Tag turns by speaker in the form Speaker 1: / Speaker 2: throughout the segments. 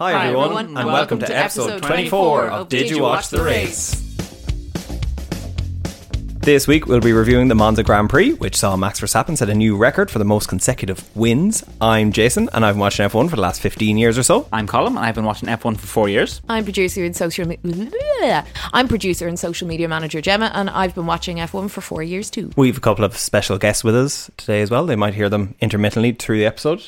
Speaker 1: Hi,
Speaker 2: Hi,
Speaker 1: everyone,
Speaker 2: everyone,
Speaker 1: and
Speaker 2: welcome
Speaker 1: welcome,
Speaker 2: to
Speaker 1: to episode
Speaker 2: episode
Speaker 1: 24 of Did You Watch the Race? This week we'll be reviewing the Monza Grand Prix, which saw Max Verstappen set a new record for the most consecutive wins. I'm Jason, and I've been watching F1 for the last 15 years or so.
Speaker 3: I'm Colm, and I've been watching F1 for four years.
Speaker 2: I'm producer and social media. I'm producer and social media manager Gemma, and I've been watching F1 for four years too.
Speaker 1: We have a couple of special guests with us today as well. They might hear them intermittently through the episode,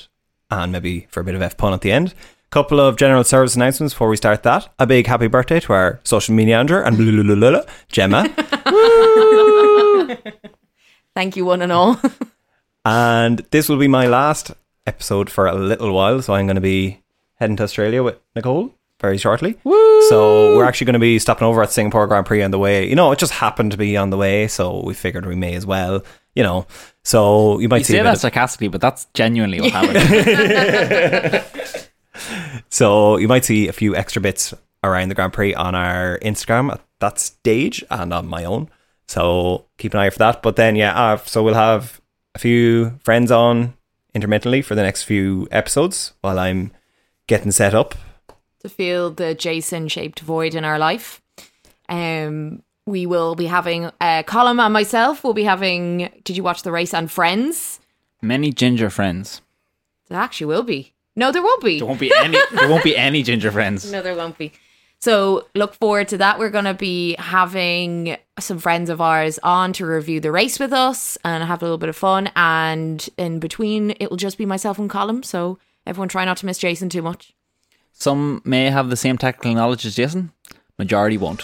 Speaker 1: and maybe for a bit of F pun at the end. Couple of general service announcements before we start that. A big happy birthday to our social media manager and blulululula, Gemma.
Speaker 2: Thank you, one and all.
Speaker 1: And this will be my last episode for a little while, so I'm going to be heading to Australia with Nicole very shortly. So we're actually going to be stopping over at Singapore Grand Prix on the way. You know, it just happened to be on the way, so we figured we may as well. You know, so you might
Speaker 3: You
Speaker 1: see
Speaker 3: say
Speaker 1: a
Speaker 3: that
Speaker 1: bit of,
Speaker 3: sarcastically, but that's genuinely what happened.
Speaker 1: so you might see a few extra bits around the Grand Prix on our Instagram at that stage and on my own. So keep an eye out for that. But then yeah, uh, so we'll have a few friends on intermittently for the next few episodes while I'm getting set up
Speaker 2: to feel the Jason shaped void in our life. Um, we will be having uh, Colm and myself will be having Did You Watch the Race and Friends?
Speaker 3: Many ginger friends.
Speaker 2: There actually will be. No, there won't be.
Speaker 3: There won't be any. There won't be any ginger friends.
Speaker 2: No, there won't be. So look forward to that. We're going to be having some friends of ours on to review the race with us and have a little bit of fun. And in between, it will just be myself and Colm. So everyone try not to miss Jason too much.
Speaker 3: Some may have the same technical knowledge as Jason. Majority won't.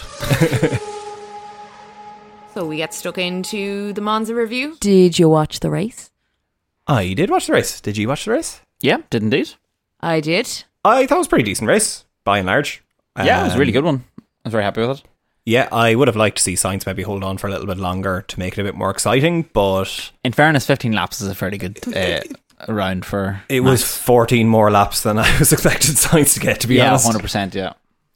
Speaker 2: So we get stuck into the Monza review. Did you watch the race?
Speaker 1: I did watch the race. Did you watch the race?
Speaker 3: Yeah, did indeed.
Speaker 2: I did.
Speaker 1: I thought it was a pretty decent race, by and large.
Speaker 3: Yeah, it was a
Speaker 1: Um,
Speaker 3: really good one. I was very happy with it.
Speaker 1: Yeah, I would have liked to see Science maybe hold on for a little bit longer to make it a bit more exciting, but
Speaker 3: In fairness, 15 laps is a fairly good uh, round for.
Speaker 1: it was 14 more laps than I was expecting Science to get, to be
Speaker 3: yeah,
Speaker 1: honest.
Speaker 3: 100%. Yeah.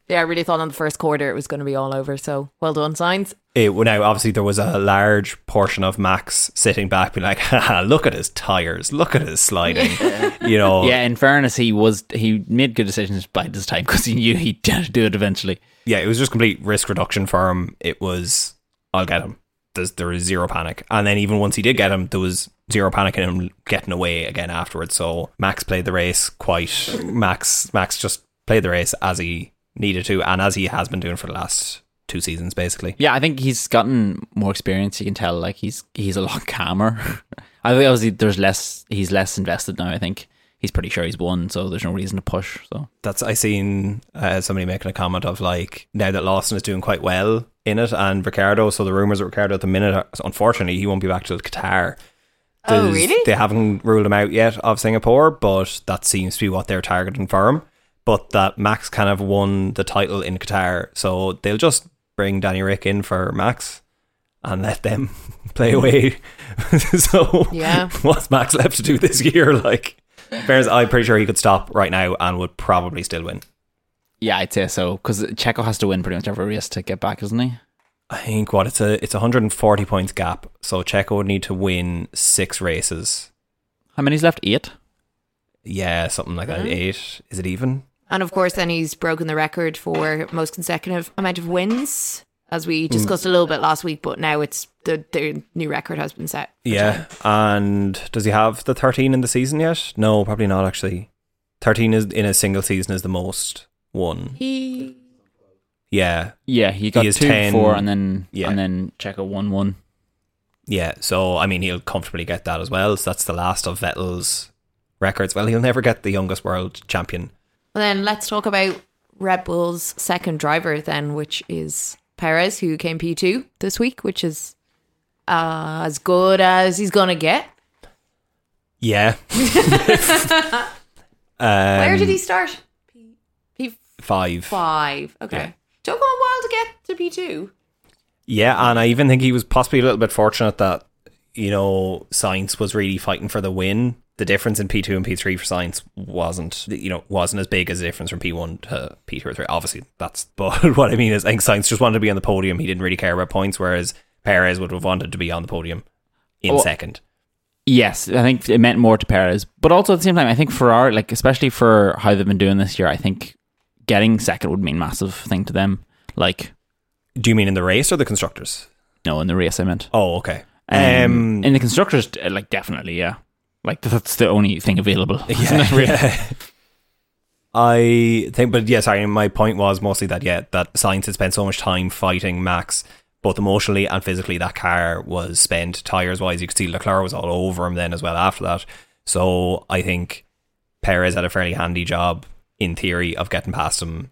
Speaker 2: Yeah, I really thought on the first quarter it was going to be all over. So well done, signs.
Speaker 1: It, now, obviously, there was a large portion of Max sitting back, being like, Haha, look at his tires, look at his sliding. you know,
Speaker 3: Yeah, in fairness, he was he made good decisions by this time because he knew he'd do it eventually.
Speaker 1: yeah, it was just complete risk reduction for him. It was, I'll get him. There's, there is zero panic. And then even once he did get him, there was zero panic in him getting away again afterwards. So Max played the race quite. Max Max just played the race as he needed to and as he has been doing for the last two seasons, basically.
Speaker 3: Yeah, I think he's gotten more experience. You can tell, like he's he's a lot calmer. I think obviously there's less. He's less invested now. I think he's pretty sure he's won, so there's no reason to push. So
Speaker 1: That's I seen uh, somebody making a comment of like now that Lawson is doing quite well in it and Ricardo. So the rumors of Ricardo at the minute, are- unfortunately, he won't be back till Qatar.
Speaker 2: Oh,
Speaker 1: There's-
Speaker 2: really?
Speaker 1: They haven't ruled him out yet of Singapore, but that seems to be what they're targeting for him. But that Max kind of won the title in Qatar, so they'll just bring Danny Rick in for Max and let them play away. so
Speaker 2: Yeah.
Speaker 1: what's Max left to do this year? Like, fairness, I'm pretty sure he could stop right now and would probably still win.
Speaker 3: yeah, I'd say so because Checo has to win pretty much every race to get back, isn't he?
Speaker 1: I think what it's a it's a 140 points gap. So Checo would need to win six races.
Speaker 3: How many's left? Eight.
Speaker 1: Yeah, something like
Speaker 2: Mm-hmm.
Speaker 1: that. Eight. Is it even?
Speaker 2: And of course, then he's broken the record for most consecutive amount of wins, as we discussed a little bit last week. But now it's the, the new record has been set.
Speaker 1: Yeah. And does he have the 13 in the season yet? No, probably not actually. 13 is in a single season is the most one.
Speaker 2: He
Speaker 1: Yeah.
Speaker 3: Yeah, he got
Speaker 1: He has
Speaker 3: two,
Speaker 1: 10.
Speaker 3: four, and then
Speaker 1: Yeah.
Speaker 3: and then Checo won one.
Speaker 1: Yeah. So I mean he'll comfortably get that as well. So that's the last of Vettel's records. Well, he'll never get the youngest world champion.
Speaker 2: Well, then let's talk about Red Bull's second driver, then, which is Perez, who came P2 this week, which is uh, as good as he's going to get.
Speaker 1: Yeah. Um,
Speaker 2: Where did he start? P-
Speaker 1: Five.
Speaker 2: P5. Okay.
Speaker 1: Yeah.
Speaker 2: Took him a while to get to P2.
Speaker 1: Yeah, and I even think he was possibly a little bit fortunate that, you know, science was really fighting for the win. The difference in P two and P three for science wasn't you know, wasn't as big as the difference from P one to P two or three. Obviously that's but what I mean is I think science just wanted to be on the podium. He didn't really care about points, whereas Perez would have wanted to be on the podium in
Speaker 3: Oh.
Speaker 1: second.
Speaker 3: Yes, I think it meant more to Perez, but also at the same time, I think Ferrari, like especially for how they've been doing this year, I think getting second would mean massive thing to them. Like
Speaker 1: Do you mean in the race or the constructors?
Speaker 3: no, in the race I meant.
Speaker 1: Oh, okay.
Speaker 3: Um,
Speaker 1: Um,
Speaker 3: in the constructors, uh, like definitely, yeah. Like that's the only thing available. isn't it,
Speaker 1: Yeah,
Speaker 3: really?
Speaker 1: yeah. I think, but yeah, sorry. My point was mostly that yeah, that science had spent so much time fighting Max, both emotionally and physically. That car was spent tires wise. You could see Leclerc was all over him then as well after that. So I think Perez had a fairly handy job in theory of getting past him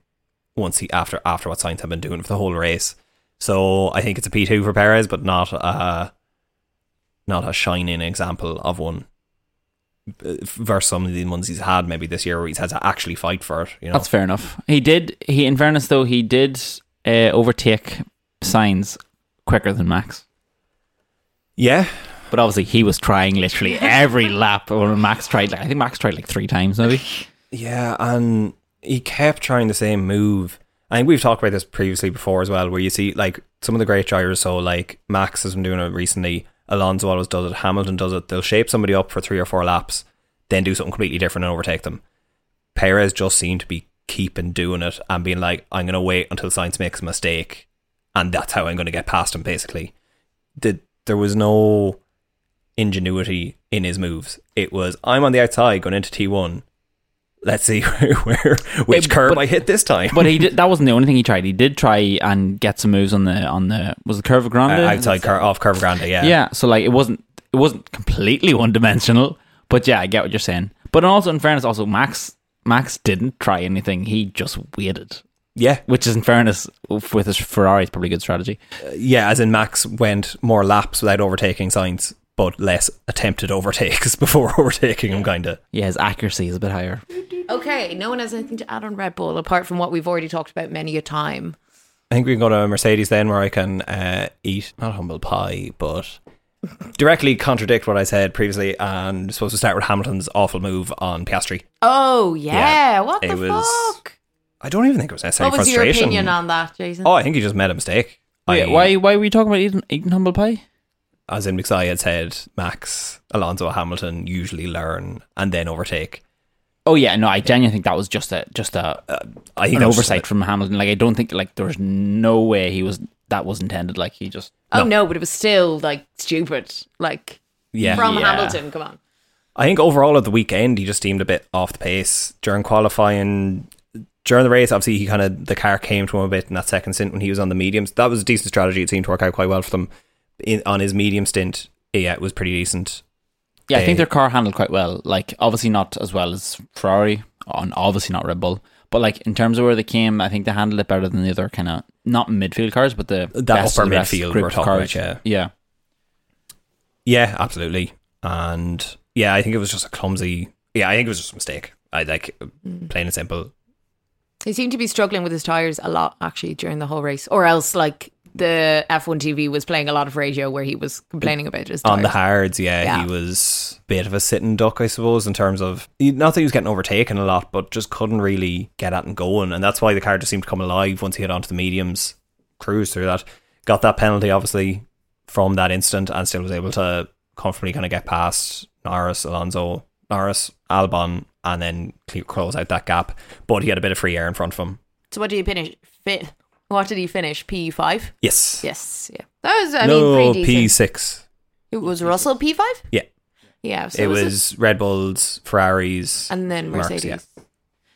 Speaker 1: once he after after what science had been doing for the whole race. So I think it's a P two for Perez, but not a not a shining example of one uh, versus some of the ones he's had maybe this year where he's had to actually fight for it. You know,
Speaker 3: That's fair enough. He did. He, in fairness, though, he did uh, overtake signs quicker than Max.
Speaker 1: yeah,
Speaker 3: But obviously, he was trying literally every lap. Or Max tried. Like, I think Max tried like three times, maybe.
Speaker 1: yeah, and he kept trying the same move. I think we've talked about this previously before as well, where you see like some of the great drivers. So like Max has been doing it recently. Alonso always does it. Hamilton does it. They'll shape somebody up for three or four laps, then do something completely different and overtake them. Perez just seemed to be keeping doing it and being like, I'm going to wait until science makes a mistake, and that's how I'm going to get past him. Basically, the, there was no ingenuity in his moves. It was I'm on the outside going into T1. Let's see where which
Speaker 3: Eh,
Speaker 1: curb
Speaker 3: but-
Speaker 1: I hit this time.
Speaker 3: But he did, that wasn't the only thing he tried. He did try and get some moves on the on the was the curve of
Speaker 1: Uh,
Speaker 3: Grande
Speaker 1: outside cur- off curve grande, yeah.
Speaker 3: Yeah, so like it wasn't it wasn't completely one dimensional, but yeah, I get what you're saying. But also in fairness, also Max Max didn't try anything. He just waited,
Speaker 1: yeah,
Speaker 3: which is in fairness with his Ferrari is probably a good strategy.
Speaker 1: yeah. As in Max went more laps without overtaking signs, but less attempted overtakes before overtaking him. Kinda.
Speaker 3: Yeah, his accuracy is a bit higher.
Speaker 2: Okay, no one has anything to add on Red Bull apart from what we've already talked about many a time.
Speaker 1: I think we can go to Mercedes then, where I can uh, eat not humble pie, but directly contradict what I said previously. And I'm supposed to start with Hamilton's awful move on Piastri.
Speaker 2: Oh yeah,
Speaker 1: Yeah,
Speaker 2: what
Speaker 1: it
Speaker 2: the
Speaker 1: was
Speaker 2: fuck?
Speaker 1: I don't even think it was necessarily
Speaker 2: What was your
Speaker 1: frustration.
Speaker 2: opinion on that, Jason?
Speaker 1: oh, I think he just made a mistake. I-
Speaker 3: Wait, why why were you talking about eating, eating humble pie?
Speaker 1: as in because I had said, Max, Alonso, Hamilton usually learn and then overtake.
Speaker 3: Oh yeah, no, I genuinely think that was just a just a
Speaker 1: I think
Speaker 3: an
Speaker 1: that was-
Speaker 3: oversight from Hamilton. Like I don't think like there was no way he was that was intended. Like he just
Speaker 2: oh no, but it was still like stupid. Like
Speaker 1: yeah,
Speaker 2: from
Speaker 3: Yeah.
Speaker 2: Hamilton, come on.
Speaker 1: I think overall at the weekend he just seemed a bit off the pace during qualifying. During the race, obviously he kind of the car came to him a bit in that second stint when he was on the mediums. That was a decent strategy. It seemed to work out quite well for them. In, on his medium stint, yeah, it was pretty decent.
Speaker 3: Yeah, I think
Speaker 1: They-
Speaker 3: their car handled quite well. Like, obviously not as well as Ferrari, and obviously not Red Bull. But like in terms of where they came, I think they handled it better than the other kind of not midfield cars, but the
Speaker 1: That
Speaker 3: best
Speaker 1: upper
Speaker 3: of the best
Speaker 1: midfield
Speaker 3: group
Speaker 1: we're
Speaker 3: of
Speaker 1: talking
Speaker 3: cars.
Speaker 1: about,
Speaker 3: yeah,
Speaker 1: Yeah, absolutely. And yeah, I think it was just a clumsy. Yeah, I think it was just a mistake. I like plain and simple.
Speaker 2: He seemed to be struggling with his tires a lot actually during the whole race, or else like the F1 TV was playing a lot of radio where he was complaining about his tires.
Speaker 1: on the hards. Yeah,
Speaker 2: Yeah.
Speaker 1: he was a bit of a sitting duck, I suppose, in terms of not that he was getting overtaken a lot, but just couldn't really get at and going, and that's why the car just seemed to come alive once he got onto the mediums, cruised through that, got that penalty obviously from that incident, and still was able to comfortably kind of get past Norris, Alonso, Norris, Albon, and then clear, close out that gap. But he had a bit of free air in front of him.
Speaker 2: so what did he finish? Fit. What did he finish? P five.
Speaker 1: Yes.
Speaker 2: Yes, yeah. That was I mean
Speaker 1: no
Speaker 2: pretty decent.
Speaker 1: P six.
Speaker 2: It was Russell P five.
Speaker 1: Yeah.
Speaker 2: Yeah, so
Speaker 1: It
Speaker 2: was
Speaker 1: was Red Bulls, Ferraris,
Speaker 2: and then
Speaker 1: Mercs,
Speaker 2: Mercedes.
Speaker 1: yeah.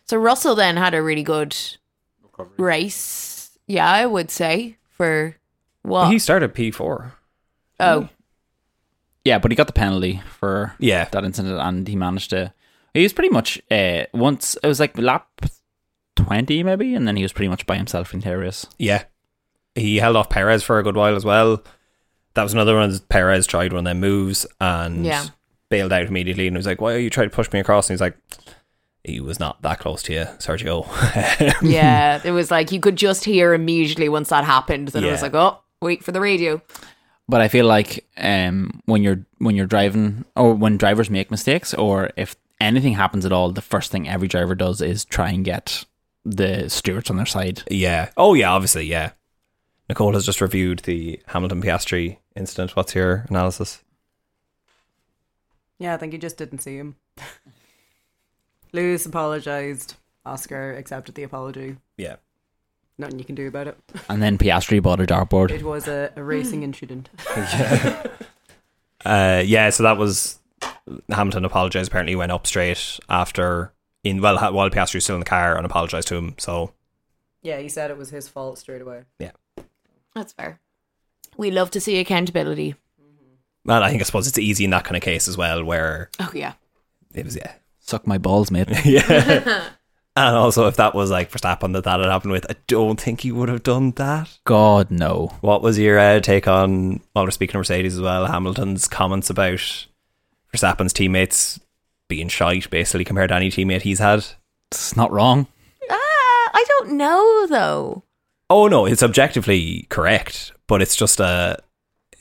Speaker 2: So Russell then had a really good race. Yeah, I would say for what?
Speaker 1: He started P four.
Speaker 2: oh,
Speaker 3: yeah. But he got the penalty for
Speaker 1: Yeah.
Speaker 3: that incident, and he managed to. He was pretty much uh, once it was like lap twenty maybe, and then he was pretty much by himself in the race.
Speaker 1: Yeah. He held off Perez for a good while as well. That was another one. Perez tried one of them moves and
Speaker 2: Yeah.
Speaker 1: bailed out immediately and was like, Why are you trying to push me across? And he's like, He was not that close to you, Sergio.
Speaker 2: yeah. It was like you could just hear immediately once that happened that it was
Speaker 1: Yeah.
Speaker 2: like, oh, wait for the radio.
Speaker 3: But I feel like um, when you're when you're driving or when drivers make mistakes or if anything happens at all, the first thing every driver does is try and get the stewards on their side.
Speaker 1: yeah. Oh, yeah, obviously. Yeah. Nicole has just reviewed the Hamilton Piastri incident. What's your analysis?
Speaker 4: Yeah, I think he just didn't see him. Lewis apologized. Oscar accepted the apology.
Speaker 1: Yeah.
Speaker 4: Nothing you can do about it.
Speaker 3: And then Piastri bought a dartboard.
Speaker 4: It was a, a racing incident.
Speaker 1: yeah. Uh, yeah, so that was Hamilton apologized. Apparently, went up straight after in well ha- while Piastri was still in the car and apologized to him. So
Speaker 4: Yeah, he said it was his fault straight away.
Speaker 2: That's fair. We love to see accountability.
Speaker 1: well, I think I suppose it's easy in that kind of case as well, where
Speaker 2: Oh yeah.
Speaker 1: it was yeah,
Speaker 3: Suck my balls, mate.
Speaker 1: yeah. And also, if that was like Verstappen that that had happened with, I don't think he would have done that.
Speaker 3: God, no.
Speaker 1: What was your uh, take on, while we're speaking of Mercedes as well, Hamilton's comments about Verstappen's teammates being shite, basically, compared to any teammate he's had?
Speaker 3: It's not wrong.
Speaker 2: Ah, I don't know though.
Speaker 1: Oh, no, it's objectively correct, but it's just a.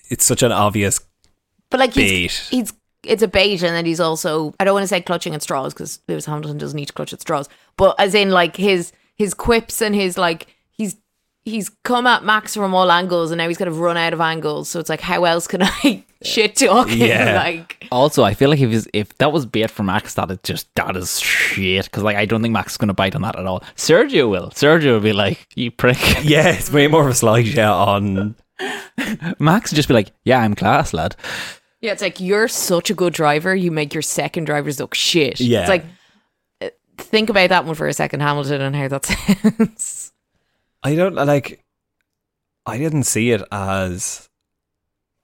Speaker 1: It's such an obvious
Speaker 2: But like he's,
Speaker 1: bait.
Speaker 2: he's it's a bait, and then he's also I don't want to say clutching at straws because Lewis Hamilton doesn't need to clutch at straws, but as in like his his quips and his like he's he's come at Max from all angles, and now he's kind of run out of angles. So it's like how else can I shit talk him?
Speaker 1: Yeah.
Speaker 2: Like
Speaker 3: Also, I feel like if he's, if that was bait for Max, that is just that is shit. Because like I don't think Max is going to bite on that at all. Sergio will. Sergio will be like, "You prick."
Speaker 1: Yeah, it's way more of a slide, yeah, on.
Speaker 3: Max would just be like, "Yeah, I'm class, lad."
Speaker 2: yeah, it's like you're such a good driver, you make your second drivers look shit.
Speaker 1: Yeah.
Speaker 2: it's like uh, think about that one for a second, Hamilton, and how that sounds.
Speaker 1: I don't like. I didn't see it as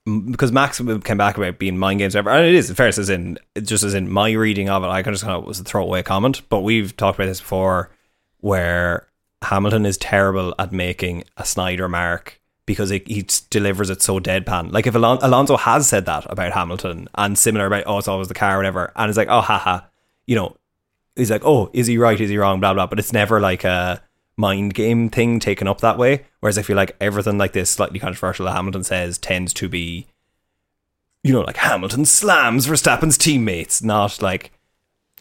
Speaker 1: m- because Max came back about being mind games, whatever, and it is in fairness as in just as in my reading of it. I kind of just kind of was a throwaway comment, but we've talked about this before, where Hamilton is terrible at making a snide remark because it, he s- delivers it so deadpan. Like if Alon- Alonso has said that about Hamilton and similar about oh it's always the car, whatever, and it's like oh haha, you know, he's like, oh, is he right? Is he wrong? Blah blah. But it's never like a mind game thing taken up that way. Whereas I feel like everything like this slightly controversial that Hamilton says tends to be, you know, like Hamilton slams Verstappen's teammates, not like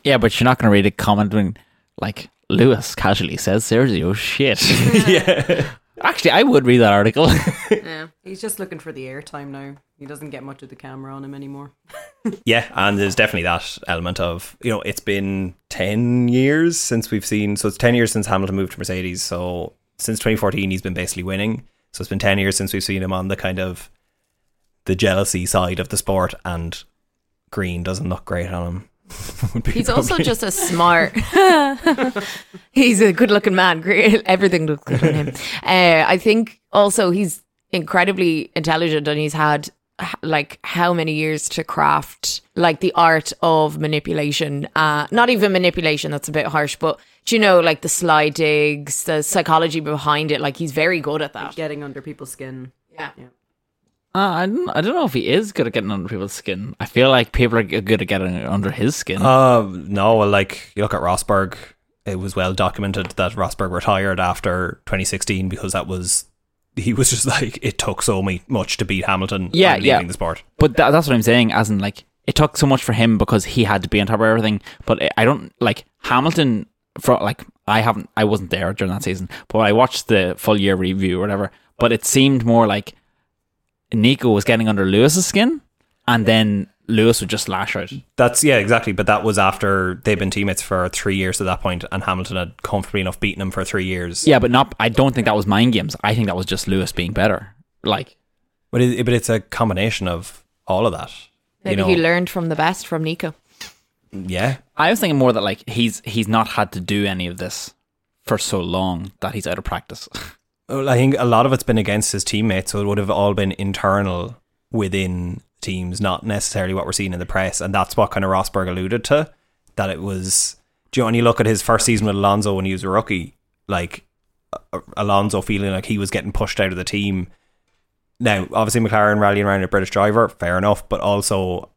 Speaker 3: Yeah, but you're not going to read a comment when like Lewis casually says Sergio shit.
Speaker 1: yeah,
Speaker 3: Actually, I would read that article. Uh,
Speaker 2: yeah.
Speaker 4: He's just looking for the airtime now. He doesn't get much of the camera on him anymore.
Speaker 1: yeah. And there's definitely that element of you know it's been ten years since we've seen. So it's ten years since Hamilton moved to Mercedes. So since 2014, he's been basically winning. So it's been ten years since we've seen him on the kind of the jealousy side of the sport and. Green doesn't look great on him. Would be
Speaker 2: He's also
Speaker 1: probably-
Speaker 2: just a smart. he's a good-looking man. Great, everything looks good on him. Uh, I think also he's incredibly intelligent, and he's had h- like how many years to craft like the art of manipulation. Uh, not even manipulation. That's a bit harsh, but do you know, like the sly digs, the psychology behind it. Like he's very good at that.
Speaker 4: Getting under people's skin.
Speaker 2: Yeah.
Speaker 3: Uh, I, don't, I don't know if he is good at getting under people's skin. I feel like people are g- good at getting under his skin.
Speaker 1: Uh, no, well, like you look at Rosberg, it was well documented that Rosberg retired after 2016 because that was he was just like it took so me- much to beat Hamilton.
Speaker 3: Yeah,
Speaker 1: and
Speaker 3: yeah.
Speaker 1: leaving the sport.
Speaker 3: but tha- that's what I'm saying, as in, like, it took so much for him because he had to be on top of everything. But I- I don't, like, Hamilton, for, like, I haven't, I wasn't there during that season, but I watched the full year review or whatever. But it seemed more like Nico was getting under Lewis's skin and then Lewis would just lash out.
Speaker 1: That's yeah, exactly. But that was after they'd been teammates for three years at that point, and Hamilton had comfortably enough beaten him for three years.
Speaker 3: Yeah, but not, I don't think that was mind games. I think that was just Lewis being better. Like,
Speaker 1: but it, but it's a combination of all of that.
Speaker 2: Maybe
Speaker 1: you know,
Speaker 2: he learned from the best from Nico.
Speaker 1: yeah,
Speaker 3: I was thinking more that like he's he's not had to do any of this for so long that he's out of practice.
Speaker 1: Well, I think a lot of it's been against his teammates, so it would have all been internal within teams, not necessarily what we're seeing in the press. And that's what kind of Rosberg alluded to, that it was. Do you know, when you look at his first season with Alonso when he was a rookie, like uh, Alonso feeling like he was getting pushed out of the team. Now, obviously, McLaren rallying around a British driver, fair enough, but also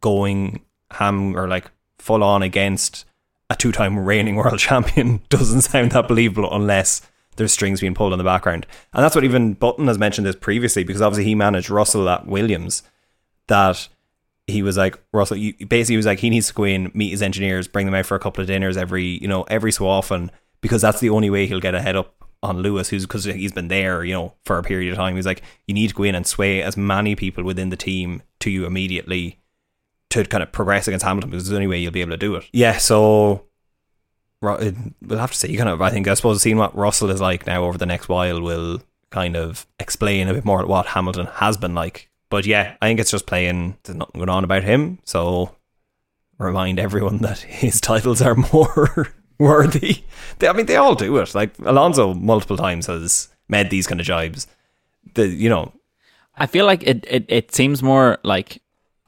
Speaker 1: going ham or like full on against a two time reigning world champion doesn't sound that believable unless there's strings being pulled in the background. And that's what even Button has mentioned this previously because obviously he managed Russell at Williams that he was like Russell you, basically he was like he needs to go in meet his engineers bring them out for a couple of dinners every you know every so often because that's the only way he'll get a head up on Lewis who's because he's been there you know for a period of time he's like you need to go in and sway as many people within the team to you immediately to kind of progress against Hamilton because it's the only way you'll be able to do it yeah so Ru- uh, we'll have to see. Kind of, I think I suppose seeing what Russell is like now over the next while will kind of explain a bit more what Hamilton has been like. But yeah, I think it's just playing. There's nothing going on about him, so remind everyone that his titles are more worthy. They, I mean, they all do it. Like Alonso, multiple times has made these kind of jibes. The you know
Speaker 3: I feel like it, it, it seems more like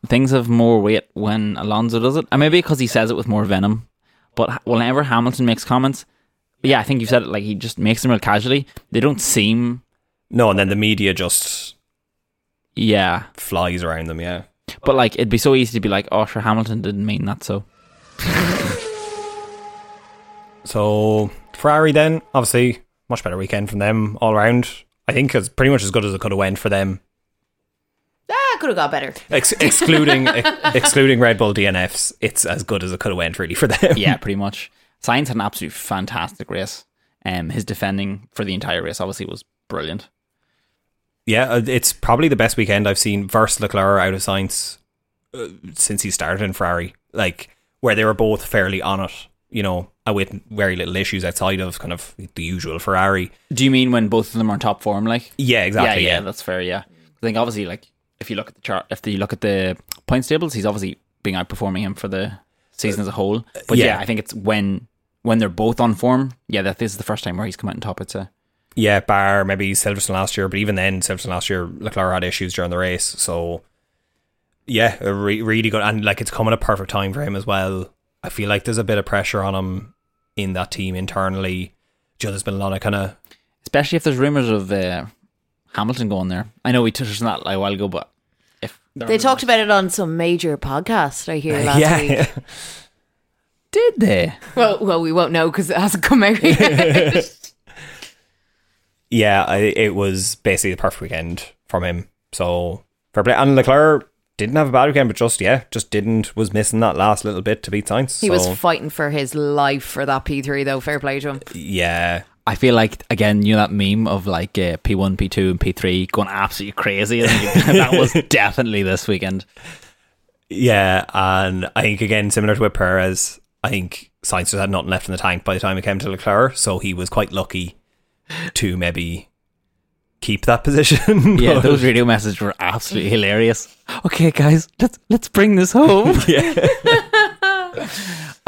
Speaker 3: things have more weight when Alonso does it. And maybe because he says it with more venom. But ha- whenever Hamilton makes comments, yeah, I think you've said it, like he just makes them real casually. They don't seem,
Speaker 1: no, and then the media just
Speaker 3: yeah.
Speaker 1: flies around them. Yeah.
Speaker 3: But like it'd be so easy to be like, oh, sure, Hamilton didn't mean that. So
Speaker 1: So Ferrari then, obviously, much better weekend from them all around. I think it's pretty much as good as it could have went for them,
Speaker 2: Ah, could have got better.
Speaker 1: Ex- excluding ex- excluding Red Bull DNFs. It's as good as it could have went really for them.
Speaker 3: yeah, pretty much. Sainz had an absolute fantastic race. Um, his defending for the entire race obviously was brilliant.
Speaker 1: yeah. uh, It's probably the best weekend I've seen versus Leclerc out of science uh, since he started in Ferrari. Like where they were both fairly on it, you know, uh, with very little issues outside of kind of the usual Ferrari.
Speaker 3: Do you mean when both of them are in top form? Like
Speaker 1: Yeah, exactly.
Speaker 3: yeah, yeah,
Speaker 1: Yeah,
Speaker 3: that's fair. Yeah, I think obviously, like if you look at the chart, if you look at the points tables, he's obviously been outperforming him for the season as a whole. But yeah,
Speaker 1: yeah.
Speaker 3: I think it's when when they're both on form. Yeah, that this is the first time where he's come out on top. It's a
Speaker 1: yeah, bar maybe Silverstone last year, but even then, Silverstone last year, Leclerc had issues during the race. So, yeah, a re- really good. And like, it's coming at a perfect time for him as well. I feel like there's a bit of pressure on him in that team internally. Joe, there's been a lot of kind of
Speaker 3: especially if there's rumors of uh, Hamilton going there. I know we touched on that like, a while ago, but if
Speaker 2: They talked about it on some major podcast I hear last
Speaker 1: Uh, yeah,
Speaker 2: week.
Speaker 3: did they?
Speaker 2: Well, well, we won't know because it hasn't come out yet.
Speaker 1: yeah. I, it was basically the perfect weekend from him. So fair play. And Leclerc didn't have a bad weekend, but just yeah, just didn't was missing that last little bit to beat Sainz.
Speaker 2: he
Speaker 1: so,
Speaker 2: was fighting for his life for that P3, though. Fair play to him.
Speaker 1: yeah.
Speaker 3: I feel like again, you know that meme of like uh, P one, P two, and P three going absolutely crazy. I think that was definitely this weekend.
Speaker 1: Yeah, and I think again similar to with Perez, I think Sainz just had nothing left in the tank by the time it came to Leclerc, so he was quite lucky to maybe keep that position.
Speaker 3: Yeah,
Speaker 1: But-
Speaker 3: those radio messages were absolutely hilarious. Okay, guys, let's let's bring this home. yeah.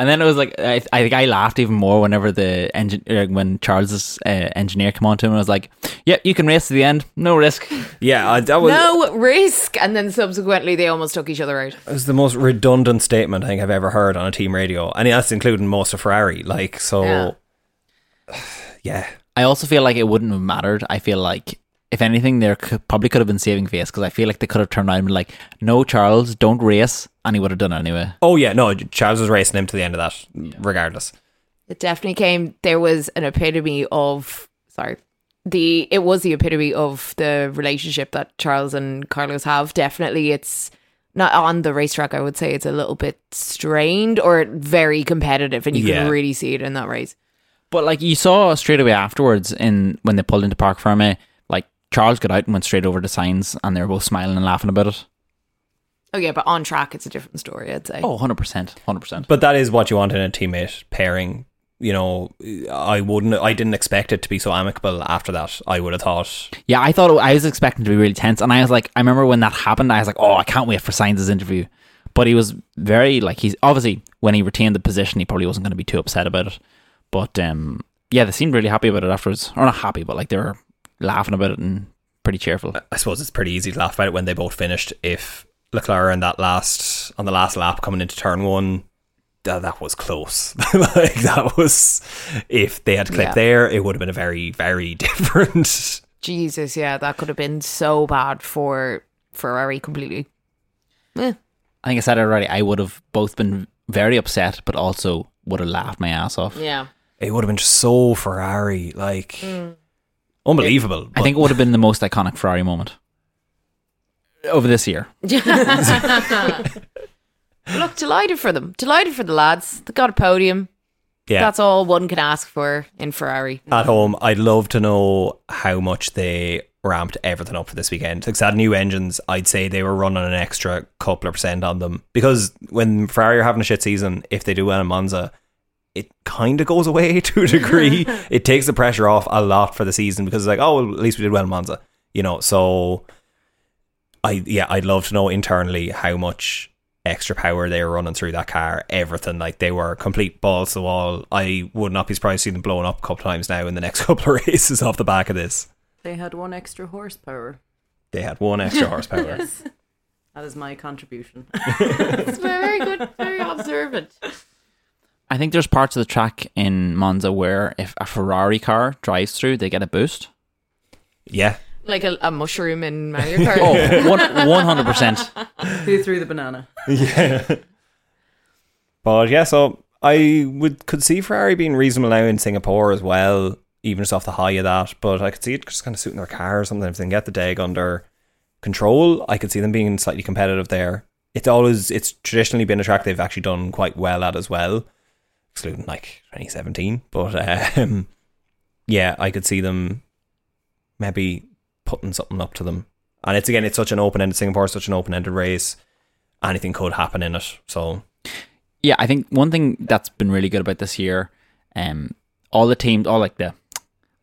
Speaker 3: and then it was like I, I think I laughed even more whenever the engine er, when Charles's uh, engineer came on to him and was like, "Yep, you can race to the end, no risk."
Speaker 1: yeah, I- that was
Speaker 2: No risk. And then subsequently, they almost took each other out.
Speaker 1: that was the most redundant statement I think I've ever heard on a team radio, and that's including most of Ferrari. Like, so
Speaker 2: Yeah.
Speaker 1: yeah.
Speaker 3: I also feel like it wouldn't have mattered. I feel like if anything, there could, probably could have been saving face because I feel like they could have turned around and been like, "No, Charles, don't race," and he would have done it anyway.
Speaker 1: Oh yeah, no, Charles was racing him to the end of that, regardless.
Speaker 2: It definitely came. There was an epitome of sorry. The it was the epitome of the relationship that Charles and Carlos have. Definitely, it's not on the racetrack. I would say it's a little bit strained or very competitive, and you
Speaker 1: Yeah.
Speaker 2: can really see it in that race.
Speaker 3: But like you saw straight away afterwards, in when they pulled into Park Ferme, like Charles got out and went straight over to signs, and they were both smiling and laughing about it.
Speaker 2: Oh yeah, but on track, it's a different story. I'd say.
Speaker 3: Oh, 100 percent, hundred percent.
Speaker 1: But that is what you want in a teammate pairing. You know, I wouldn't, I didn't expect it to be so amicable after that. I would have thought
Speaker 3: Yeah, I thought it, I was expecting to be really tense, and I was like, I remember when that happened, I was like, oh, I can't wait for Signs' interview. But he was very like he's obviously when he retained the position, he probably wasn't going to be too upset about it. But um, yeah, they seemed really happy about it afterwards, or not happy, but like they were laughing about it and pretty cheerful.
Speaker 1: I suppose it's pretty easy to laugh about it when they both finished. If Leclerc and that last on the last lap coming into turn one, tha- that was close. like that was, if they had clipped
Speaker 2: Yeah.
Speaker 1: there, it would have been a very very different.
Speaker 2: Jesus, yeah, that could have been so bad for Ferrari completely. Eh.
Speaker 3: I think I said it already. I would have both been very upset, but also would have laughed my ass off.
Speaker 2: Yeah.
Speaker 1: It would have been just so Ferrari, like unbelievable.
Speaker 3: I think it would have been the most iconic Ferrari moment over this year.
Speaker 2: Look, delighted for them. Delighted for the lads. They got a podium.
Speaker 1: yeah,
Speaker 2: That's all one can ask for in Ferrari.
Speaker 1: at home. I'd love to know how much they ramped everything up for this weekend. Because had new engines, I'd say they were running an extra couple of percent on them. Because when Ferrari are having a shit season, if they do well in Monza, it kind of goes away to a degree. it takes the pressure off a lot for the season because it's like, oh, well, at least we did well in Monza, you know. So, I yeah, I'd love to know internally how much extra power they were running through that car, everything. Like they were complete balls to the wall. I would not be surprised to see them blown up a couple times now in the next couple of races off the back of this.
Speaker 4: They had one extra horsepower.
Speaker 1: They had one extra horsepower.
Speaker 4: Yes. that is my contribution.
Speaker 2: It's very good, very observant.
Speaker 3: I think there's parts of the track in Monza where if a Ferrari car drives through, they get a boost.
Speaker 1: Yeah.
Speaker 2: Like a, a mushroom in Mario Kart.
Speaker 3: Oh, one hundred percent.
Speaker 4: Who threw the banana?
Speaker 1: Yeah. but yeah, so I would could see Ferrari being reasonable now in Singapore as well, even just off the high of that. But I could see it just kind of suiting their car or something. If they can get the dag under control, I could see them being slightly competitive there. It's always it's traditionally been a track they've actually done quite well at as well, excluding like 2017. But um, yeah, I could see them maybe putting something up to them. And it's again, it's such an open ended Singapore, is such an open ended race anything could happen in it. So
Speaker 3: Yeah, I think one thing that's been really good about this year, um, all the teams, all like the, I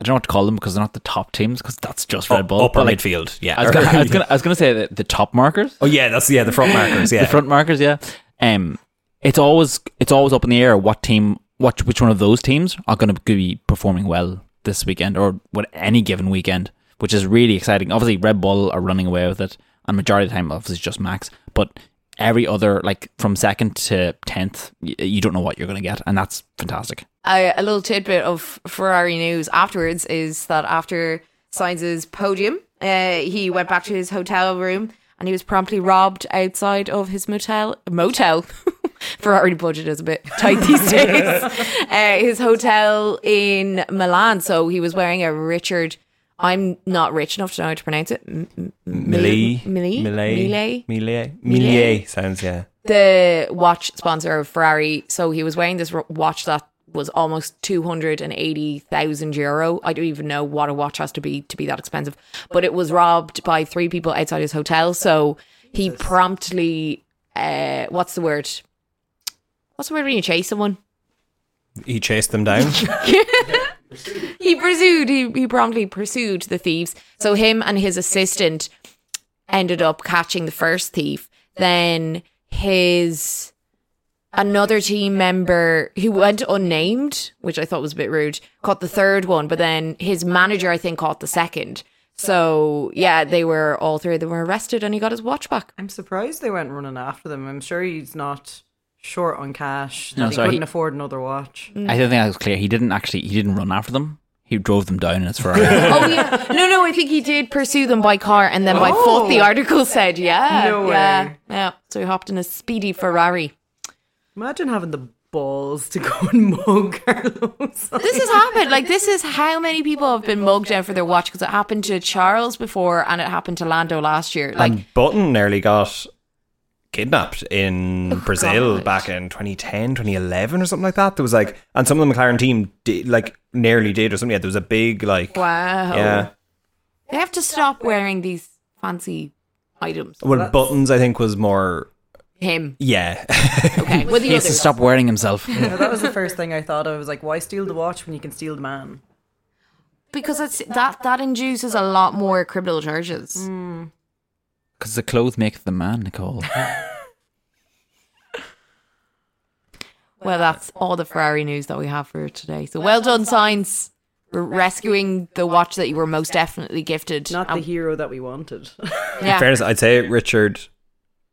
Speaker 3: don't know what to call them because they're not the top teams because that's just Red Bull.
Speaker 1: upper
Speaker 3: but, like,
Speaker 1: midfield, yeah.
Speaker 3: I was gonna, I was gonna, I was gonna say the, the top markers,
Speaker 1: oh yeah, that's yeah the front markers, yeah.
Speaker 3: the front markers. Yeah, um, it's always it's always up in the air what team, what which one of those teams are going to be performing well this weekend or what any given weekend, which is really exciting. Obviously, Red Bull are running away with it, and majority of the time, obviously, it's just Max, but. Every other, like from second to tenth, y- you don't know what you're going to get, and that's fantastic.
Speaker 2: I, a little tidbit of Ferrari news afterwards is that after Sainz's podium, uh, he went back to his hotel room and he was promptly robbed outside of his motel. Motel. Ferrari budget is a bit tight these days. Uh, his hotel in Milan. So he was wearing a Richard. I'm not rich enough to know how to pronounce it. M- m-
Speaker 1: Millie,
Speaker 2: Millie.
Speaker 1: Millie,
Speaker 2: Millie.
Speaker 1: Millie, sounds yeah.
Speaker 2: the watch sponsor of Ferrari. So he was wearing this ro- watch that was almost 280,000 euro. I don't even know what a watch has to be to be that expensive, but it was robbed by three people outside his hotel. So he promptly, uh, what's the word? What's the word when you chase someone?
Speaker 1: He chased them down.
Speaker 2: He pursued, he, he promptly pursued the thieves. So him and his assistant ended up catching the first thief. Then his another team member who went unnamed, which I thought was a bit rude, caught the third one, but then his manager I think caught the second. So yeah, they were all three of them were arrested and he got his watch back.
Speaker 4: I'm surprised they went running after them. I'm sure he's not short on cash.
Speaker 3: No,
Speaker 4: that he
Speaker 3: sorry,
Speaker 4: couldn't
Speaker 3: he-
Speaker 4: afford another watch.
Speaker 3: I don't think that was clear. He didn't actually. He didn't run after them. He drove them down in his Ferrari.
Speaker 2: Oh yeah. No, no, I think he did pursue them by car and then by
Speaker 4: Oh.
Speaker 2: foot, the article said. Yeah.
Speaker 4: No way.
Speaker 2: Yeah. Yeah. So he hopped in a speedy Ferrari.
Speaker 4: Imagine having the balls to go and mug Carlos.
Speaker 2: this has happened. Like this is how many people have been mugged out for their watch because it happened to Charles before and it happened to Lando last year. Like
Speaker 1: and Button nearly got kidnapped in Brazil
Speaker 2: Oh, God.
Speaker 1: back in 2010, 2011 or something like that. There was like, and some of the McLaren team did like nearly did or something. Yeah, there was a big like,
Speaker 2: wow,
Speaker 1: yeah.
Speaker 2: they have to stop wearing these fancy items.
Speaker 1: Well, Buttons I think was more
Speaker 2: Him,
Speaker 1: yeah.
Speaker 2: okay, with the
Speaker 3: he has to
Speaker 2: others.
Speaker 3: stop wearing himself.
Speaker 4: Yeah, that was the first thing I thought of. I was like, why steal the watch when you can steal the man?
Speaker 2: because it's that that induces a lot more criminal charges.
Speaker 3: Because the clothes make the man, Nicole.
Speaker 2: Well, that's all the Ferrari news that we have for today. So well done, science. Rescuing the watch that you were most definitely gifted.
Speaker 4: Not the
Speaker 2: Um,
Speaker 4: hero that we wanted.
Speaker 1: In
Speaker 2: yeah,
Speaker 1: fairness, I'd say Richard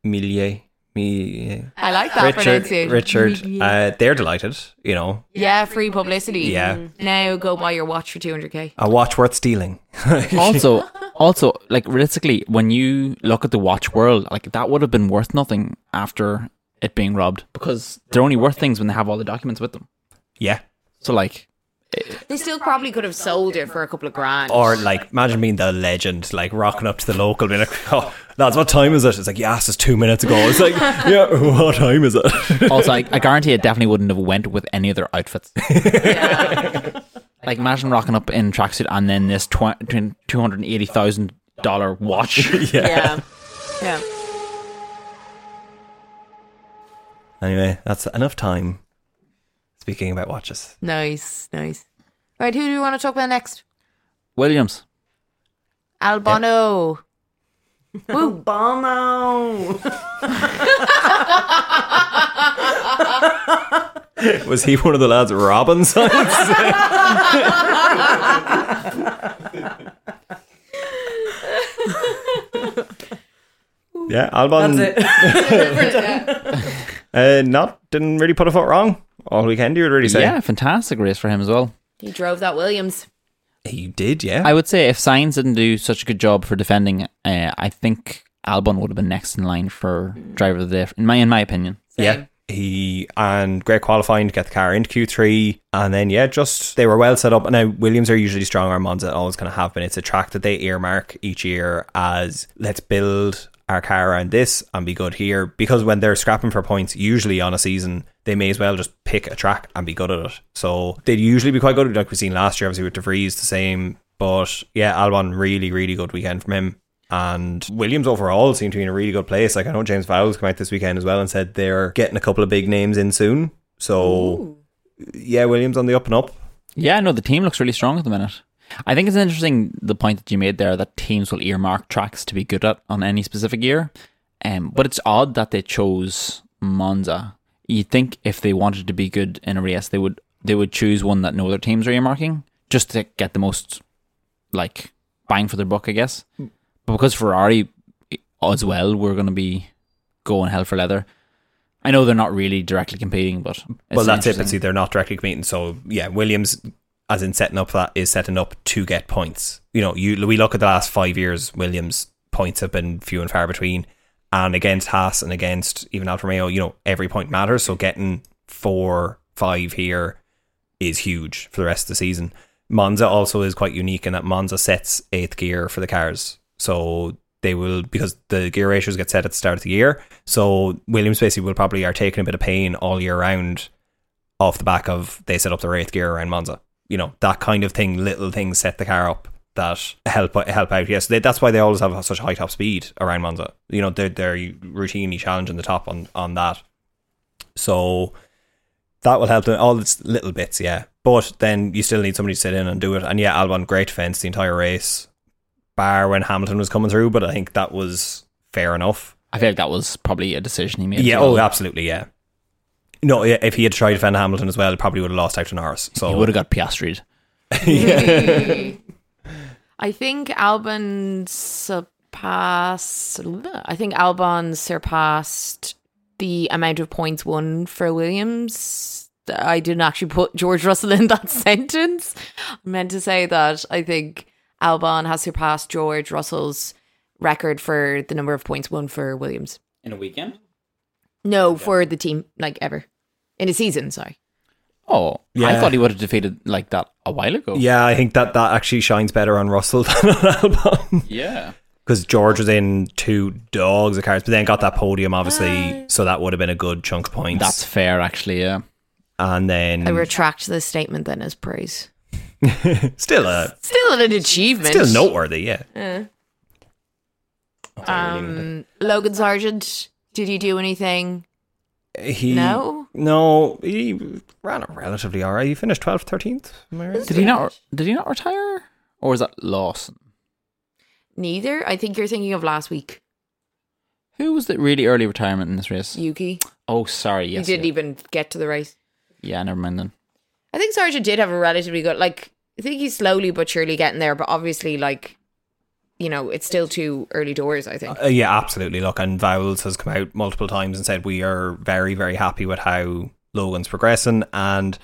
Speaker 1: Millier. Millier.
Speaker 2: I like that
Speaker 1: Richard,
Speaker 2: pronunciation.
Speaker 1: Richard, uh, they're delighted. You know,
Speaker 2: Yeah, free publicity.
Speaker 1: Yeah.
Speaker 2: Now go buy your watch for 200k.
Speaker 1: a watch worth stealing.
Speaker 3: also, also, like realistically, when you look at the watch world, like that would have been worth nothing after it being robbed, because they're only worth things when they have all the documents with them.
Speaker 1: yeah,
Speaker 3: So, like,
Speaker 2: They still probably could have sold it for a couple of grand.
Speaker 1: or like imagine being the legend, like rocking up to the local, being like, "Oh, lads, what time is it?" It's like, "Yeah, it's just two minutes ago." It's like, "Yeah, what time is it?"
Speaker 3: also, I, I guarantee it definitely wouldn't have went with any other outfits. Like, imagine rocking up in tracksuit and then this tw- two hundred eighty thousand dollar watch.
Speaker 4: yeah. Yeah.
Speaker 1: anyway, that's enough time.
Speaker 2: It's
Speaker 1: Speaking about watches,
Speaker 2: Nice, nice. Right, who do we want to talk about next?
Speaker 3: Williams.
Speaker 2: Albano.
Speaker 4: Oh,
Speaker 2: Woo.
Speaker 4: Bomo.
Speaker 1: was he one of the lads robbing signs? yeah, Albon.
Speaker 4: That's it.
Speaker 1: Uh, not didn't really put a foot wrong all weekend. You would really say,
Speaker 3: Yeah, fantastic race for him as well.
Speaker 2: He drove that Williams.
Speaker 1: he did. Yeah,
Speaker 3: I would say if Sainz didn't do such a good job for defending, uh, I think Albon would have been next in line for driver of the day. In my in my opinion,
Speaker 1: yeah. He and great qualifying to get the car into Q three, and then yeah, just they were well set up. Now Williams are usually strong our Monza always kind of have been. It's a track that they earmark each year as let's build our car around this and be good here because when they're scrapping for points, usually on a season, they may as well just pick a track and be good at it. So they'd usually be quite good, like we've seen last year, obviously with De Vries, the same. But yeah, Albon really, really good weekend from him. And Williams overall seem to be in a really good place. Like I know James Fowles came out this weekend as well and said they're getting a couple of big names in soon. So yeah, Williams on the up and up.
Speaker 3: yeah, no, the team looks really strong at the minute. I think it's interesting the point that you made there that teams will earmark tracks to be good at on any specific year, um, but it's odd that they chose Monza. You'd think if they wanted to be good in a race, they would they would choose one that no other teams are earmarking just to get the most like bang for their buck, I guess. But because Ferrari as well, we're going to be going hell for leather. I know they're not really directly competing, but it's
Speaker 1: well, that's it. But
Speaker 3: interesting.
Speaker 1: see, they're not directly competing. So yeah, Williams, as in setting up that, is setting up to get points. You know, you we look at the last five years, Williams points have been few and far between, and against Haas and against even Alfa Romeo, you know, every point matters. So getting four, five here is huge for the rest of the season. Monza also is quite unique in that Monza sets eighth gear for the cars. So they will because the gear ratios get set at the start of the year. So Williams basically will probably are taking a bit of pain all year round off the back of they set up their eighth gear around Monza. You know, that kind of thing, little things set the car up that help help out. Yes, they, that's why they always have such high top speed around Monza. You know, they're, they're routinely challenging the top on, on that. So that will help them. All its little bits, yeah. But then you still need somebody to sit in and do it. And yeah, Albon, great defense the entire race, bar when Hamilton was coming through. But I think that was fair enough.
Speaker 3: I feel like that was probably a decision he made.
Speaker 1: Yeah,
Speaker 3: as well.
Speaker 1: oh, absolutely, yeah. No, yeah, if he had tried to defend Hamilton as well, he probably would have lost out to Norris. So
Speaker 3: he would have got piastried.
Speaker 2: I think Albon surpassed. I think Albon surpassed the amount of points won for Williams. I didn't actually put George Russell in that sentence. I meant to say that I think Albon has surpassed George Russell's record for the number of points won for Williams.
Speaker 3: In a weekend?
Speaker 2: No, for the team, like ever. In a season, sorry.
Speaker 3: Oh, I
Speaker 1: Yeah.
Speaker 3: thought he would have defeated like that a while ago.
Speaker 1: yeah, I think that that actually shines better on Russell than on Albon
Speaker 3: Yeah.
Speaker 1: because George was in two dogs of cars, but then got that podium obviously, so that would have been a good chunk of points.
Speaker 3: That's fair, actually. Yeah.
Speaker 1: and then
Speaker 2: I retract the statement then as praise.
Speaker 1: still a
Speaker 2: Still an achievement.
Speaker 1: still noteworthy, yeah.
Speaker 2: Um, Logan Sargent, did he do anything?
Speaker 1: He
Speaker 2: No?
Speaker 1: no, he ran a relatively alright. He finished 12th, 13th. Am I right?
Speaker 3: Did he not? Did he not retire? Or was that Lawson?
Speaker 2: Neither. I think you're thinking of last week,
Speaker 3: Who was the really early retirement in this race?
Speaker 2: Yuki.
Speaker 3: Oh, sorry. Yes.
Speaker 2: he didn't
Speaker 3: yeah.
Speaker 2: even get to the race.
Speaker 3: yeah, never mind then.
Speaker 2: I think Sargent did have a relatively good, like, I think he's slowly but surely getting there, but obviously, like, you know, it's still too early doors, I think.
Speaker 1: Uh, yeah, absolutely. Look, and Vowles has come out multiple times and said we are very, very happy with how Logan's progressing, and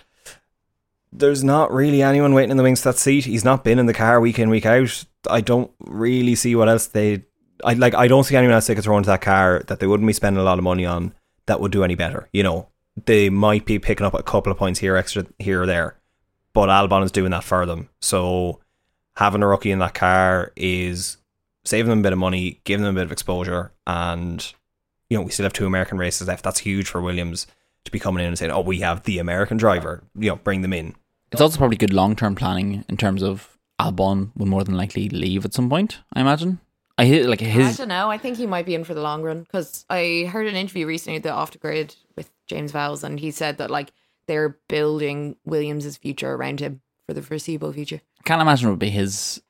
Speaker 1: there's not really anyone waiting in the wings for that seat. He's not been in the car week in, week out. I don't really see what else they. I like. I don't see anyone else they could throw into that car that they wouldn't be spending a lot of money on that would do any better. You know, they might be picking up a couple of points here, extra here or there, but Albon is doing that for them. So having a rookie in that car is saving them a bit of money, giving them a bit of exposure, and you know we still have two American races left. That's huge for Williams to be coming in and saying, "Oh, we have the American driver." You know, bring them in.
Speaker 3: It's also probably good long term planning in terms of Albon will more than likely leave at some point. I imagine. I hear like
Speaker 2: I
Speaker 3: his.
Speaker 2: don't know. I think he might be in for the long run because I heard an interview recently, the off the grid with James Vowles, and he said that like they're building Williams's future around him for the foreseeable future.
Speaker 3: Can't imagine it would be his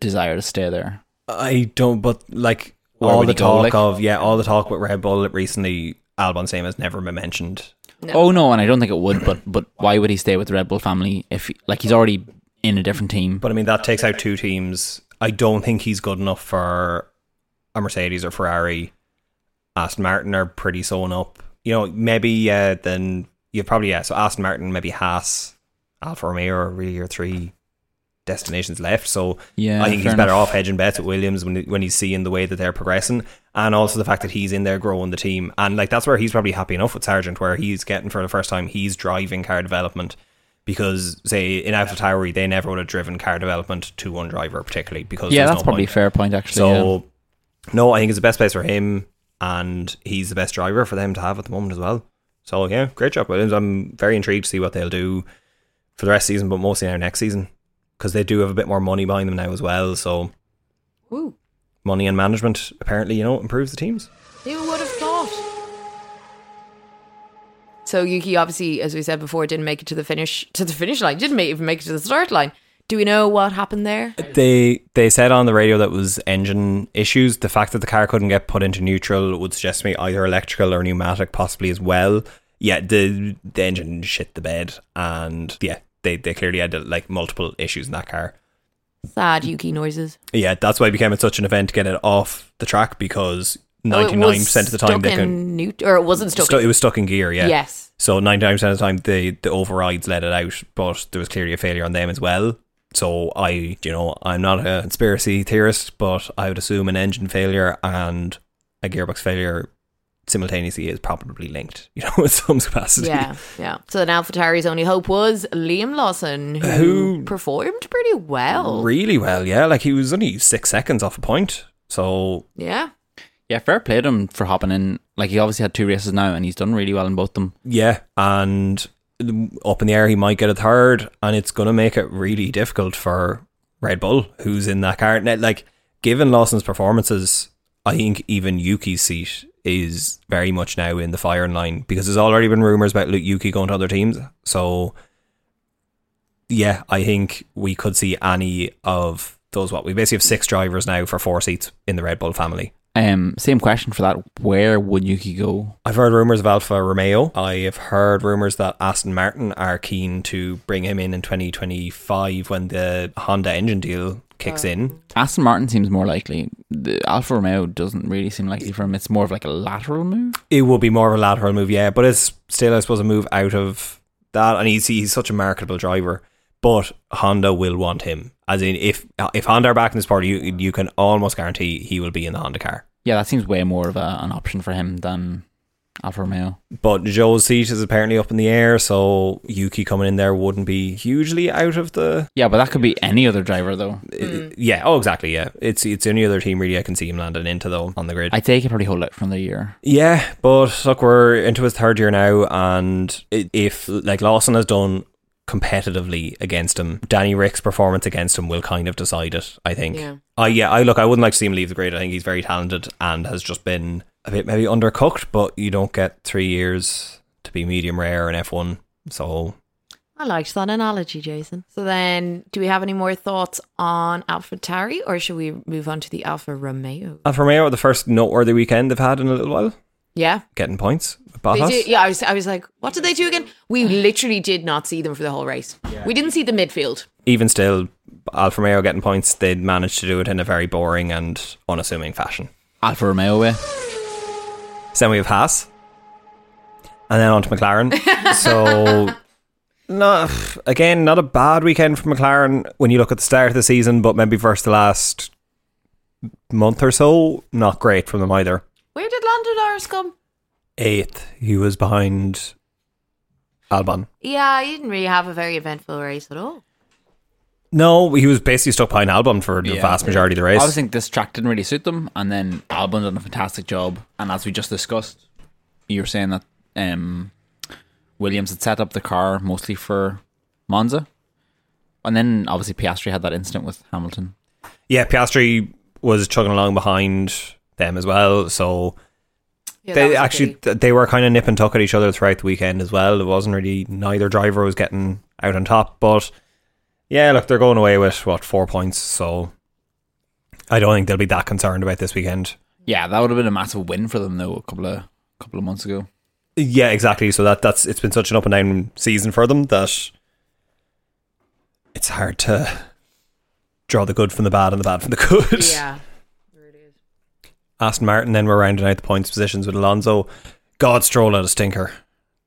Speaker 3: desire to stay there.
Speaker 1: I don't, but like
Speaker 3: Where
Speaker 1: all
Speaker 3: would
Speaker 1: the
Speaker 3: he go,
Speaker 1: talk
Speaker 3: like?
Speaker 1: of yeah, all the talk with Red Bull recently, Albon Same has never been mentioned.
Speaker 3: Oh no, and I don't think it would. But but why would he stay with the Red Bull family if like he's already in a different team?
Speaker 1: But I mean, that takes out two teams. I don't think he's good enough for a Mercedes or Ferrari. Aston Martin are pretty sewn up. You know, maybe uh, then you probably yeah. So Aston Martin, maybe Haas, Alfa Romeo are really your three destinations left. So
Speaker 3: Yeah,
Speaker 1: I think
Speaker 3: fair
Speaker 1: he's better
Speaker 3: enough.
Speaker 1: off hedging bets with Williams when when he's seeing the way that they're progressing, and also the fact that he's in there growing the team, and like that's where he's probably happy enough with Sargent, where he's getting for the first time he's driving car development. Because say in Alpha Towery they never would have driven car development to one driver particularly because
Speaker 3: Yeah,
Speaker 1: there's
Speaker 3: that's
Speaker 1: no
Speaker 3: probably
Speaker 1: point.
Speaker 3: a fair point actually. yeah.
Speaker 1: So no, I think it's the best place for him, and he's the best driver for them to have at the moment as well. So yeah, great job, Williams. I'm very intrigued to see what they'll do for the rest of the season, but mostly now next season because they do have a bit more money behind them now as well. So
Speaker 2: Ooh,
Speaker 1: money and management apparently, you know, improves the teams.
Speaker 2: who would have thought? So Yuki obviously, as we said before, didn't make it to the finish to the finish line. Didn't ma- even make it to the start line. Do we know what happened there?
Speaker 1: They they said on the radio that was engine issues. The fact that the car couldn't get put into neutral would suggest to me either electrical or pneumatic, possibly as well. Yeah, the the engine shit the bed, and yeah, they they clearly had like multiple issues in that car.
Speaker 2: Sad Yuki noises.
Speaker 1: Yeah, that's why it became such an event to get it off the track because
Speaker 2: Oh, it was
Speaker 1: ninety nine percent of the time
Speaker 2: stuck
Speaker 1: they can
Speaker 2: in neut- or it wasn't stuck.
Speaker 1: stu- it was stuck in gear. Yeah,
Speaker 2: Yes.
Speaker 1: So ninety nine percent of the time, the the overrides let it out, but there was clearly a failure on them as well. So I, you know, I'm not a conspiracy theorist, but I would assume an engine failure and a gearbox failure simultaneously is probably linked, you know, in some capacity.
Speaker 2: Yeah, yeah. So then AlphaTauri's only hope was Liam Lawson, who,
Speaker 1: Who-
Speaker 2: performed pretty well.
Speaker 1: Really well, yeah. Like he was only six seconds off a point. So
Speaker 2: yeah,
Speaker 3: yeah, fair play to him for hopping in. Like he obviously had two races now, and he's done really well in both them.
Speaker 1: yeah, and up in the air he might get a third, and it's gonna make it really difficult for Red Bull, who's in that car. Now, like given Lawson's performances, I think even Yuki's seat is very much now in the firing line because there's already been rumors about Lu- Yuki going to other teams. So yeah, I think we could see any of those. What we basically have six drivers now for four seats in the Red Bull family.
Speaker 3: Um, same question for that. Where would Yuki go?
Speaker 1: I've heard rumors of Alfa Romeo. I have heard rumors that Aston Martin are keen to bring him in in 2025 when the Honda engine deal kicks in.
Speaker 3: Aston Martin seems more likely. The Alfa Romeo doesn't really seem likely for him. It's more of like a lateral move.
Speaker 1: It will be more of a lateral move, yeah, but it's still, I suppose, a move out of that. And he's, he's such a marketable driver. But Honda will want him. As in, if if Honda are back in this party, you, you can almost guarantee he will be in the Honda car.
Speaker 3: Yeah, that seems way more of a, an option for him than Alfa Romeo.
Speaker 1: But Joe's seat is apparently up in the air, so Yuki coming in there wouldn't be hugely out of the
Speaker 3: Yeah, but that could be any other driver though.
Speaker 2: Hmm.
Speaker 1: Uh, Yeah. Oh, exactly. Yeah. It's it's the only other team really I can see him landing into though on the grid.
Speaker 3: I think he probably hold out for another year.
Speaker 1: yeah, but look, we're into his third year now, and i- if like Lawson has done competitively against him, Danny Rick's performance against him will kind of decide it. I think.
Speaker 2: Yeah.
Speaker 1: I yeah. I look. I wouldn't like to see him leave the grid. I think he's very talented and has just been a bit maybe undercooked, but you don't get three years to be medium rare in F one. So
Speaker 2: I liked that analogy, Jason. So then, do we have any more thoughts on AlphaTauri, or should we move on to the Alfa Romeo?
Speaker 1: Alfa Romeo are the first noteworthy weekend they've had in a little while,
Speaker 2: Yeah,
Speaker 1: getting points with
Speaker 2: they
Speaker 1: Bottas.
Speaker 2: do, yeah. I was, I was like, what did they do again? We literally did not see them for the whole race. We didn't see the midfield.
Speaker 1: even still, Alfa Romeo getting points, they'd managed to do it in a very boring and unassuming fashion.
Speaker 3: Alfa Romeo way.
Speaker 1: So then we have Haas, and then on to McLaren. so, not, again, not a bad weekend for McLaren when you look at the start of the season, but maybe versus the last month or so, not great from them either.
Speaker 2: Where did Lando Norris come?
Speaker 1: Eighth, he was behind Albon.
Speaker 2: Yeah, he didn't really have a very eventful race at all.
Speaker 1: No, he was basically stuck behind Albon for the
Speaker 3: Yeah.
Speaker 1: vast majority of the
Speaker 3: I
Speaker 1: race.
Speaker 3: always think this track didn't really suit them, and then Albon done a fantastic job. And as we just discussed, you were saying that um, Williams had set up the car mostly for Monza, and then obviously Piastri had that incident with Hamilton.
Speaker 1: yeah, Piastri was chugging along behind them as well. So
Speaker 2: Yeah, that
Speaker 1: they
Speaker 2: was a
Speaker 1: actually
Speaker 2: pity.
Speaker 1: th- they were kind of nip and tuck at each other throughout the weekend as well. It wasn't really neither driver was getting out on top, but yeah, look, they're going away with what four points, so I don't think they'll be that concerned about this weekend.
Speaker 3: Yeah, that would have been a massive win for them though a couple of couple of months ago.
Speaker 1: Yeah, exactly. So that that's it's been such an up and down season for them that it's hard to draw the good from the bad and the bad from the good.
Speaker 4: Yeah.
Speaker 1: Aston Martin then we're rounding out the points positions with Alonso. God Stroll at a stinker.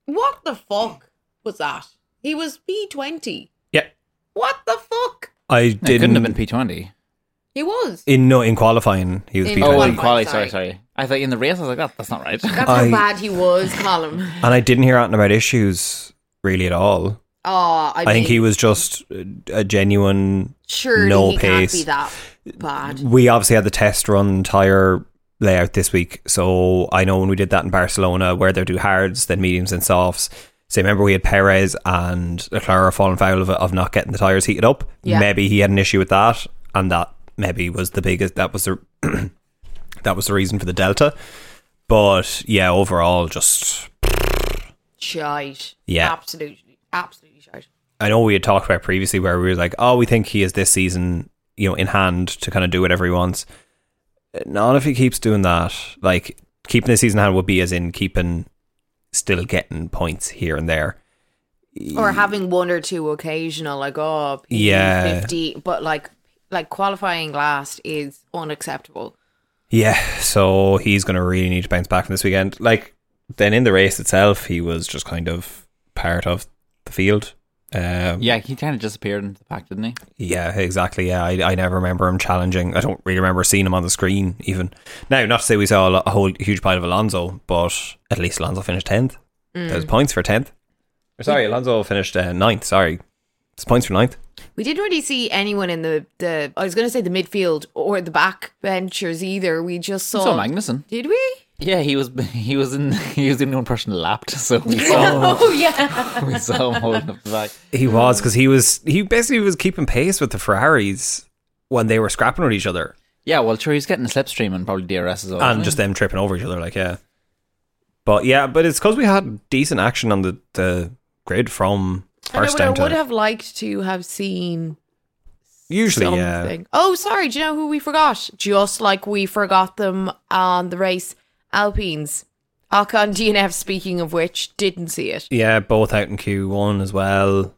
Speaker 2: What the fuck was that? He was P20.
Speaker 1: Yeah.
Speaker 2: What the fuck?
Speaker 1: I
Speaker 3: No,
Speaker 1: didn't
Speaker 3: it couldn't have been P twenty.
Speaker 2: He was.
Speaker 1: in no in qualifying he was
Speaker 2: In
Speaker 1: P
Speaker 3: Oh,
Speaker 1: twenty.
Speaker 2: qualifying,
Speaker 3: in quali, sorry,
Speaker 2: sorry.
Speaker 3: sorry. I thought in the race I was like, that, that's not right.
Speaker 2: That's
Speaker 1: I-
Speaker 2: how bad he was, Colin.
Speaker 1: and I didn't hear anything about issues really at all.
Speaker 2: Oh, I,
Speaker 1: I think
Speaker 2: mean,
Speaker 1: he was just uh, a genuine.
Speaker 2: surely
Speaker 1: no
Speaker 2: he can't
Speaker 1: pace.
Speaker 2: be that bad.
Speaker 1: We obviously had the test run tire layout this week, so I know when we did that in Barcelona, where they do hards, then mediums and softs. So remember we had Perez and Leclerc falling foul of, it, of not getting the tires heated up.
Speaker 2: Yeah.
Speaker 1: Maybe he had an issue with that, and that maybe was the biggest. That was the that was the reason for the delta. But yeah, overall, just
Speaker 2: Shite.
Speaker 1: Yeah.
Speaker 2: Absolutely. Absolutely shite.
Speaker 1: I know we had talked about previously where we were like, oh, we think he is this season, you know, in hand to kind of do whatever he wants. Not if he keeps doing that. Like keeping the season in hand would be as in keeping still getting points here and there.
Speaker 2: Or having one or two occasional, like, oh, P
Speaker 1: Yeah.
Speaker 2: 50. But like, like qualifying last is unacceptable.
Speaker 1: Yeah, so he's gonna really need to bounce back from this weekend. Like then in the race itself, he was just kind of part of the field. Um,
Speaker 3: yeah, he kind of disappeared into the pack, didn't he?
Speaker 1: Yeah, exactly. Yeah, I, I never remember him challenging. I don't really remember seeing him on the screen even. Now, not to say we saw a, lo- a whole huge pile of Alonso, but at least Alonso finished tenth.
Speaker 2: Mm.
Speaker 1: There's points for tenth. Sorry, Alonso finished uh, ninth. Sorry, it's points for ninth.
Speaker 2: We didn't really see anyone in the, the I was going to say the midfield or the back benchers either. We just saw.
Speaker 3: So Magnuson.
Speaker 2: did we?
Speaker 3: Oh. Yeah, he was he was in he was the only one person lapped, so we saw
Speaker 2: Oh, yeah.
Speaker 3: him, we saw him holding up the back.
Speaker 1: He was because he was he basically was keeping pace with the Ferraris when they were scrapping with each other
Speaker 3: Yeah, well, sure, he's getting a slipstream and probably DRS as well.
Speaker 1: and just them tripping over each other. Like yeah, but yeah, but it's because we had decent action on the the grid from
Speaker 2: I, know,
Speaker 1: first
Speaker 2: but I
Speaker 1: down
Speaker 2: would
Speaker 1: to
Speaker 2: have liked to have seen
Speaker 1: usually yeah.
Speaker 2: something. Oh, sorry. Do you know who we forgot? Just like we forgot them on the race, Alpines. Alcon DNF, speaking of which, didn't see it.
Speaker 1: Yeah, both out in Q1 as well.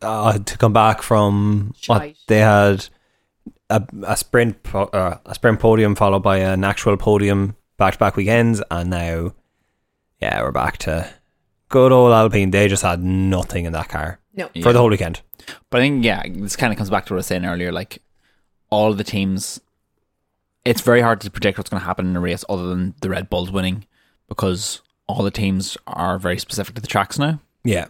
Speaker 1: Uh, to come back from what
Speaker 2: Shite.
Speaker 1: they had a, a sprint po- uh, a sprint podium followed by an actual podium back to back weekends, and now yeah, we're back to good old Alpine. They just had nothing in that car
Speaker 2: No.
Speaker 1: for the whole weekend.
Speaker 3: But I think yeah, this kind of comes back to what I was saying earlier. Like all the teams, it's very hard to predict what's going to happen in a race other than the Red Bulls winning because all the teams are very specific to the tracks now,
Speaker 1: Yeah,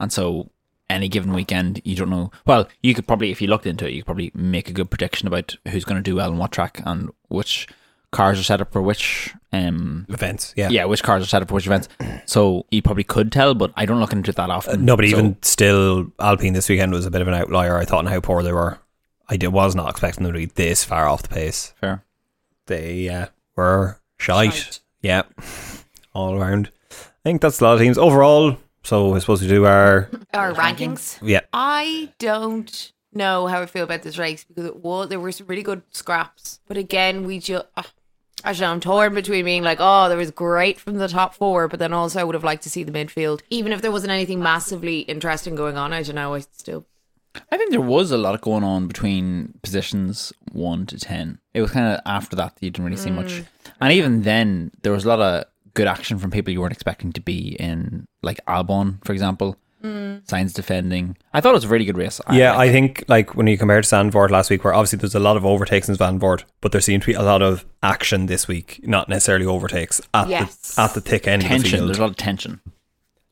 Speaker 3: and so any given weekend you don't know. Well, you could probably if you looked into it, you could probably make a good prediction about who's going to do well on what track and which cars are set up for which um
Speaker 1: events. Yeah,
Speaker 3: yeah, which cars are set up for which events. So you probably could tell, but I don't look into it that often.
Speaker 1: Uh, Nobody
Speaker 3: So-
Speaker 1: even still Alpine this weekend was a bit of an outlier. I thought in how poor they were. I did, was not expecting them to be this far off the pace.
Speaker 3: fair.
Speaker 1: they uh, were shite. Yeah, all around. I think that's a lot of teams overall. So I suppose we do our
Speaker 2: Our rankings.
Speaker 1: yeah.
Speaker 2: I don't know how I feel about this race because it was there were some really good scraps, but again, we just. I don't know, I'm torn between being like, oh, there was great from the top four, but then also I would have liked to see the midfield. Even if there wasn't anything massively interesting going on, I don't know. I still
Speaker 3: I think there was a lot going on between positions one to ten. It was kind of after that that you didn't really see
Speaker 1: Mm.
Speaker 3: much, and even then there was a lot of good action from people you weren't expecting to be in, like Albon, for example. Signs defending. I thought it was a really good race.
Speaker 1: Mm. Yeah, I think like when you compare to Sandvort last week, where obviously there's a lot of overtakes in Sandvort, but there seemed to be a lot of action this week, not necessarily overtakes at
Speaker 2: Yes.
Speaker 1: the at the thick end of the
Speaker 3: tension.
Speaker 1: field.
Speaker 3: There's a lot of tension.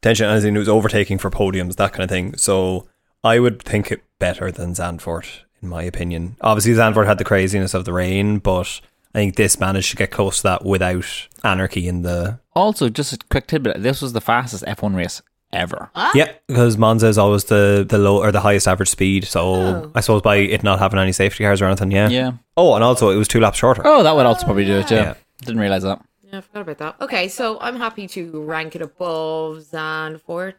Speaker 1: tension as in it was overtaking for podiums, that kind of thing. So I would think it better than Zandvoort, in my opinion. Obviously, Zandvoort had the craziness of the rain, but I think this managed to get close to that without anarchy in the.
Speaker 3: Also, just a quick tidbit: this was the fastest F1 race ever.
Speaker 1: Yeah, because Monza is always the, the low or the highest average speed. So I suppose by it not having any safety cars or anything, yeah.
Speaker 3: Yeah.
Speaker 1: Oh, and also it was two laps shorter.
Speaker 3: Oh, that would also probably do it. Yeah.
Speaker 1: Yeah.
Speaker 3: Didn't realize that.
Speaker 2: Yeah, I forgot about that. Okay, so I'm happy to rank it above Zandvoort.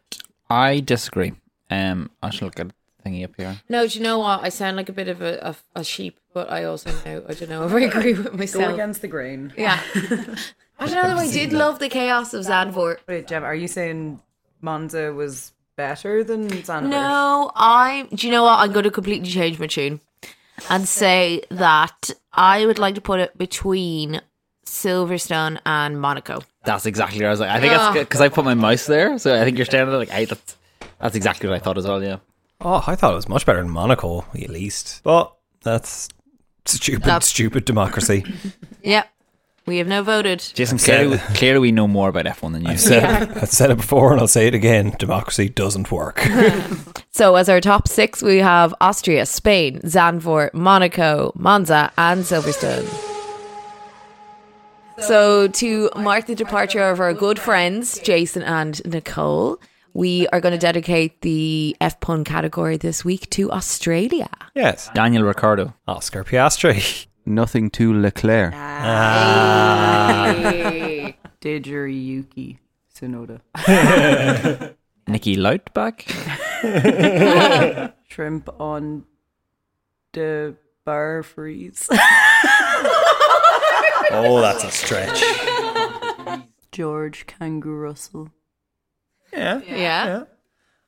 Speaker 3: I disagree. Um, I should look at the thingy up here.
Speaker 2: No, do you know what? I sound like a bit of a, a, a sheep, but I also know I don't know if I agree with
Speaker 4: Go
Speaker 2: myself.
Speaker 4: against the grain.
Speaker 2: Yeah. I don't know. I did love the chaos of Zandvoort.
Speaker 4: Wait, Gem, are you saying Monza was better than Zandvoort?
Speaker 2: No, I. Do you know what? I'm going to completely change my tune and say that I would like to put it between Silverstone and Monaco.
Speaker 3: That's exactly what I was like. I think that's because I put my mouse there, so I think you're standing there like, I, that's, that's exactly what I thought as well. Yeah.
Speaker 1: Oh, I thought it was much better than Monaco, at least. But that's stupid,
Speaker 2: That's-
Speaker 1: stupid democracy.
Speaker 2: Yep. We have no voted.
Speaker 3: Jason,
Speaker 1: Upset.
Speaker 3: clearly, clearly we know more about F1 than you.
Speaker 1: said, I've said it before and I'll say it again. Democracy doesn't work.
Speaker 2: So, as our top six, we have Austria, Spain, Zandvoort, Monaco, Monza, and Silverstone. So, to mark the departure of our good friends, Jason and Nicole, we are going to dedicate the F pun category this week to Australia.
Speaker 1: yes.
Speaker 3: Daniel Ricciardo.
Speaker 1: Oscar Piastri.
Speaker 5: Nothing to Leclerc.
Speaker 1: Ah.
Speaker 4: Didgeriyuki Sonoda.
Speaker 3: Nicky Loutback.
Speaker 4: Shrimp on the bar freeze.
Speaker 1: Oh, that's a stretch.
Speaker 4: George Kangaroo Russell.
Speaker 1: Yeah.
Speaker 2: Yeah.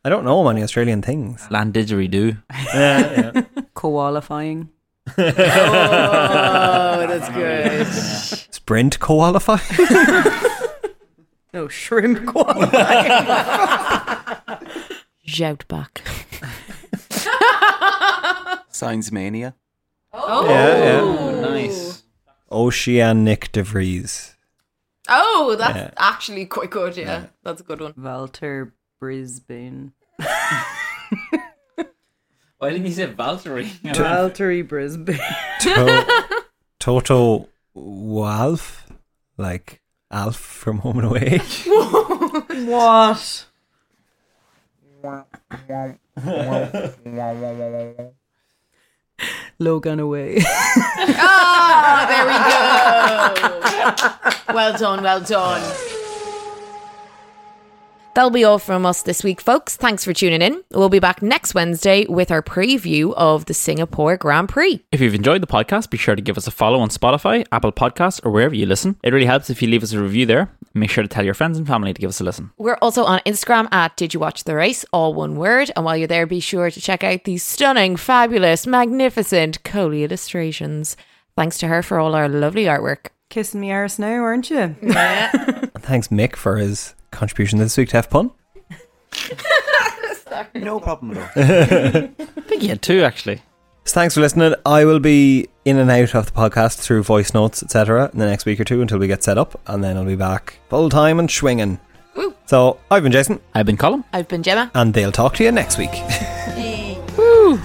Speaker 1: I don't know many Australian things.
Speaker 3: Landigeridoo.
Speaker 4: Qualifying. Oh,
Speaker 1: Sprint qualify.
Speaker 4: No, shrimp qualifying.
Speaker 2: Shout back.
Speaker 5: Signs Mania.
Speaker 3: Nice.
Speaker 1: Oceanic De Vries.
Speaker 2: Oh, that's actually quite good. Yeah. That's a good one.
Speaker 4: Walter Brisbane.
Speaker 3: Why didn't you say Valtteri?
Speaker 4: Valtteri Brisbane.
Speaker 1: To- Toto Walf. Like Alf from Home and Away.
Speaker 4: What? Logan away.
Speaker 2: Ah, there we go. well done, well done. That'll be all from us this week, folks. Thanks for tuning in. We'll be back next Wednesday with our preview of the Singapore Grand Prix.
Speaker 3: If you've enjoyed the podcast, be sure to give us a follow on Spotify, Apple Podcasts, or wherever you listen. It really helps if you leave us a review there. Make sure to tell your friends and family to give us a listen.
Speaker 2: We're also on Instagram at Did You Watch the Race? All one word. And while you're there, be sure to check out the stunning, fabulous, magnificent Coley illustrations. Thanks to her for all our lovely artwork.
Speaker 4: Kissing me arse now, aren't you?
Speaker 1: And thanks, Mick, for his contribution this week to F Pun.
Speaker 5: No problem at all.
Speaker 3: I think you had two, actually.
Speaker 1: So thanks for listening. I will be in and out of the podcast through voice notes, etc., in the next week or two until we get set up, and then I'll be back full time and swinging. So I've been Jason,
Speaker 3: I've been Colin.
Speaker 2: I've been Gemma.
Speaker 1: and they'll talk to you next week.
Speaker 2: Woo!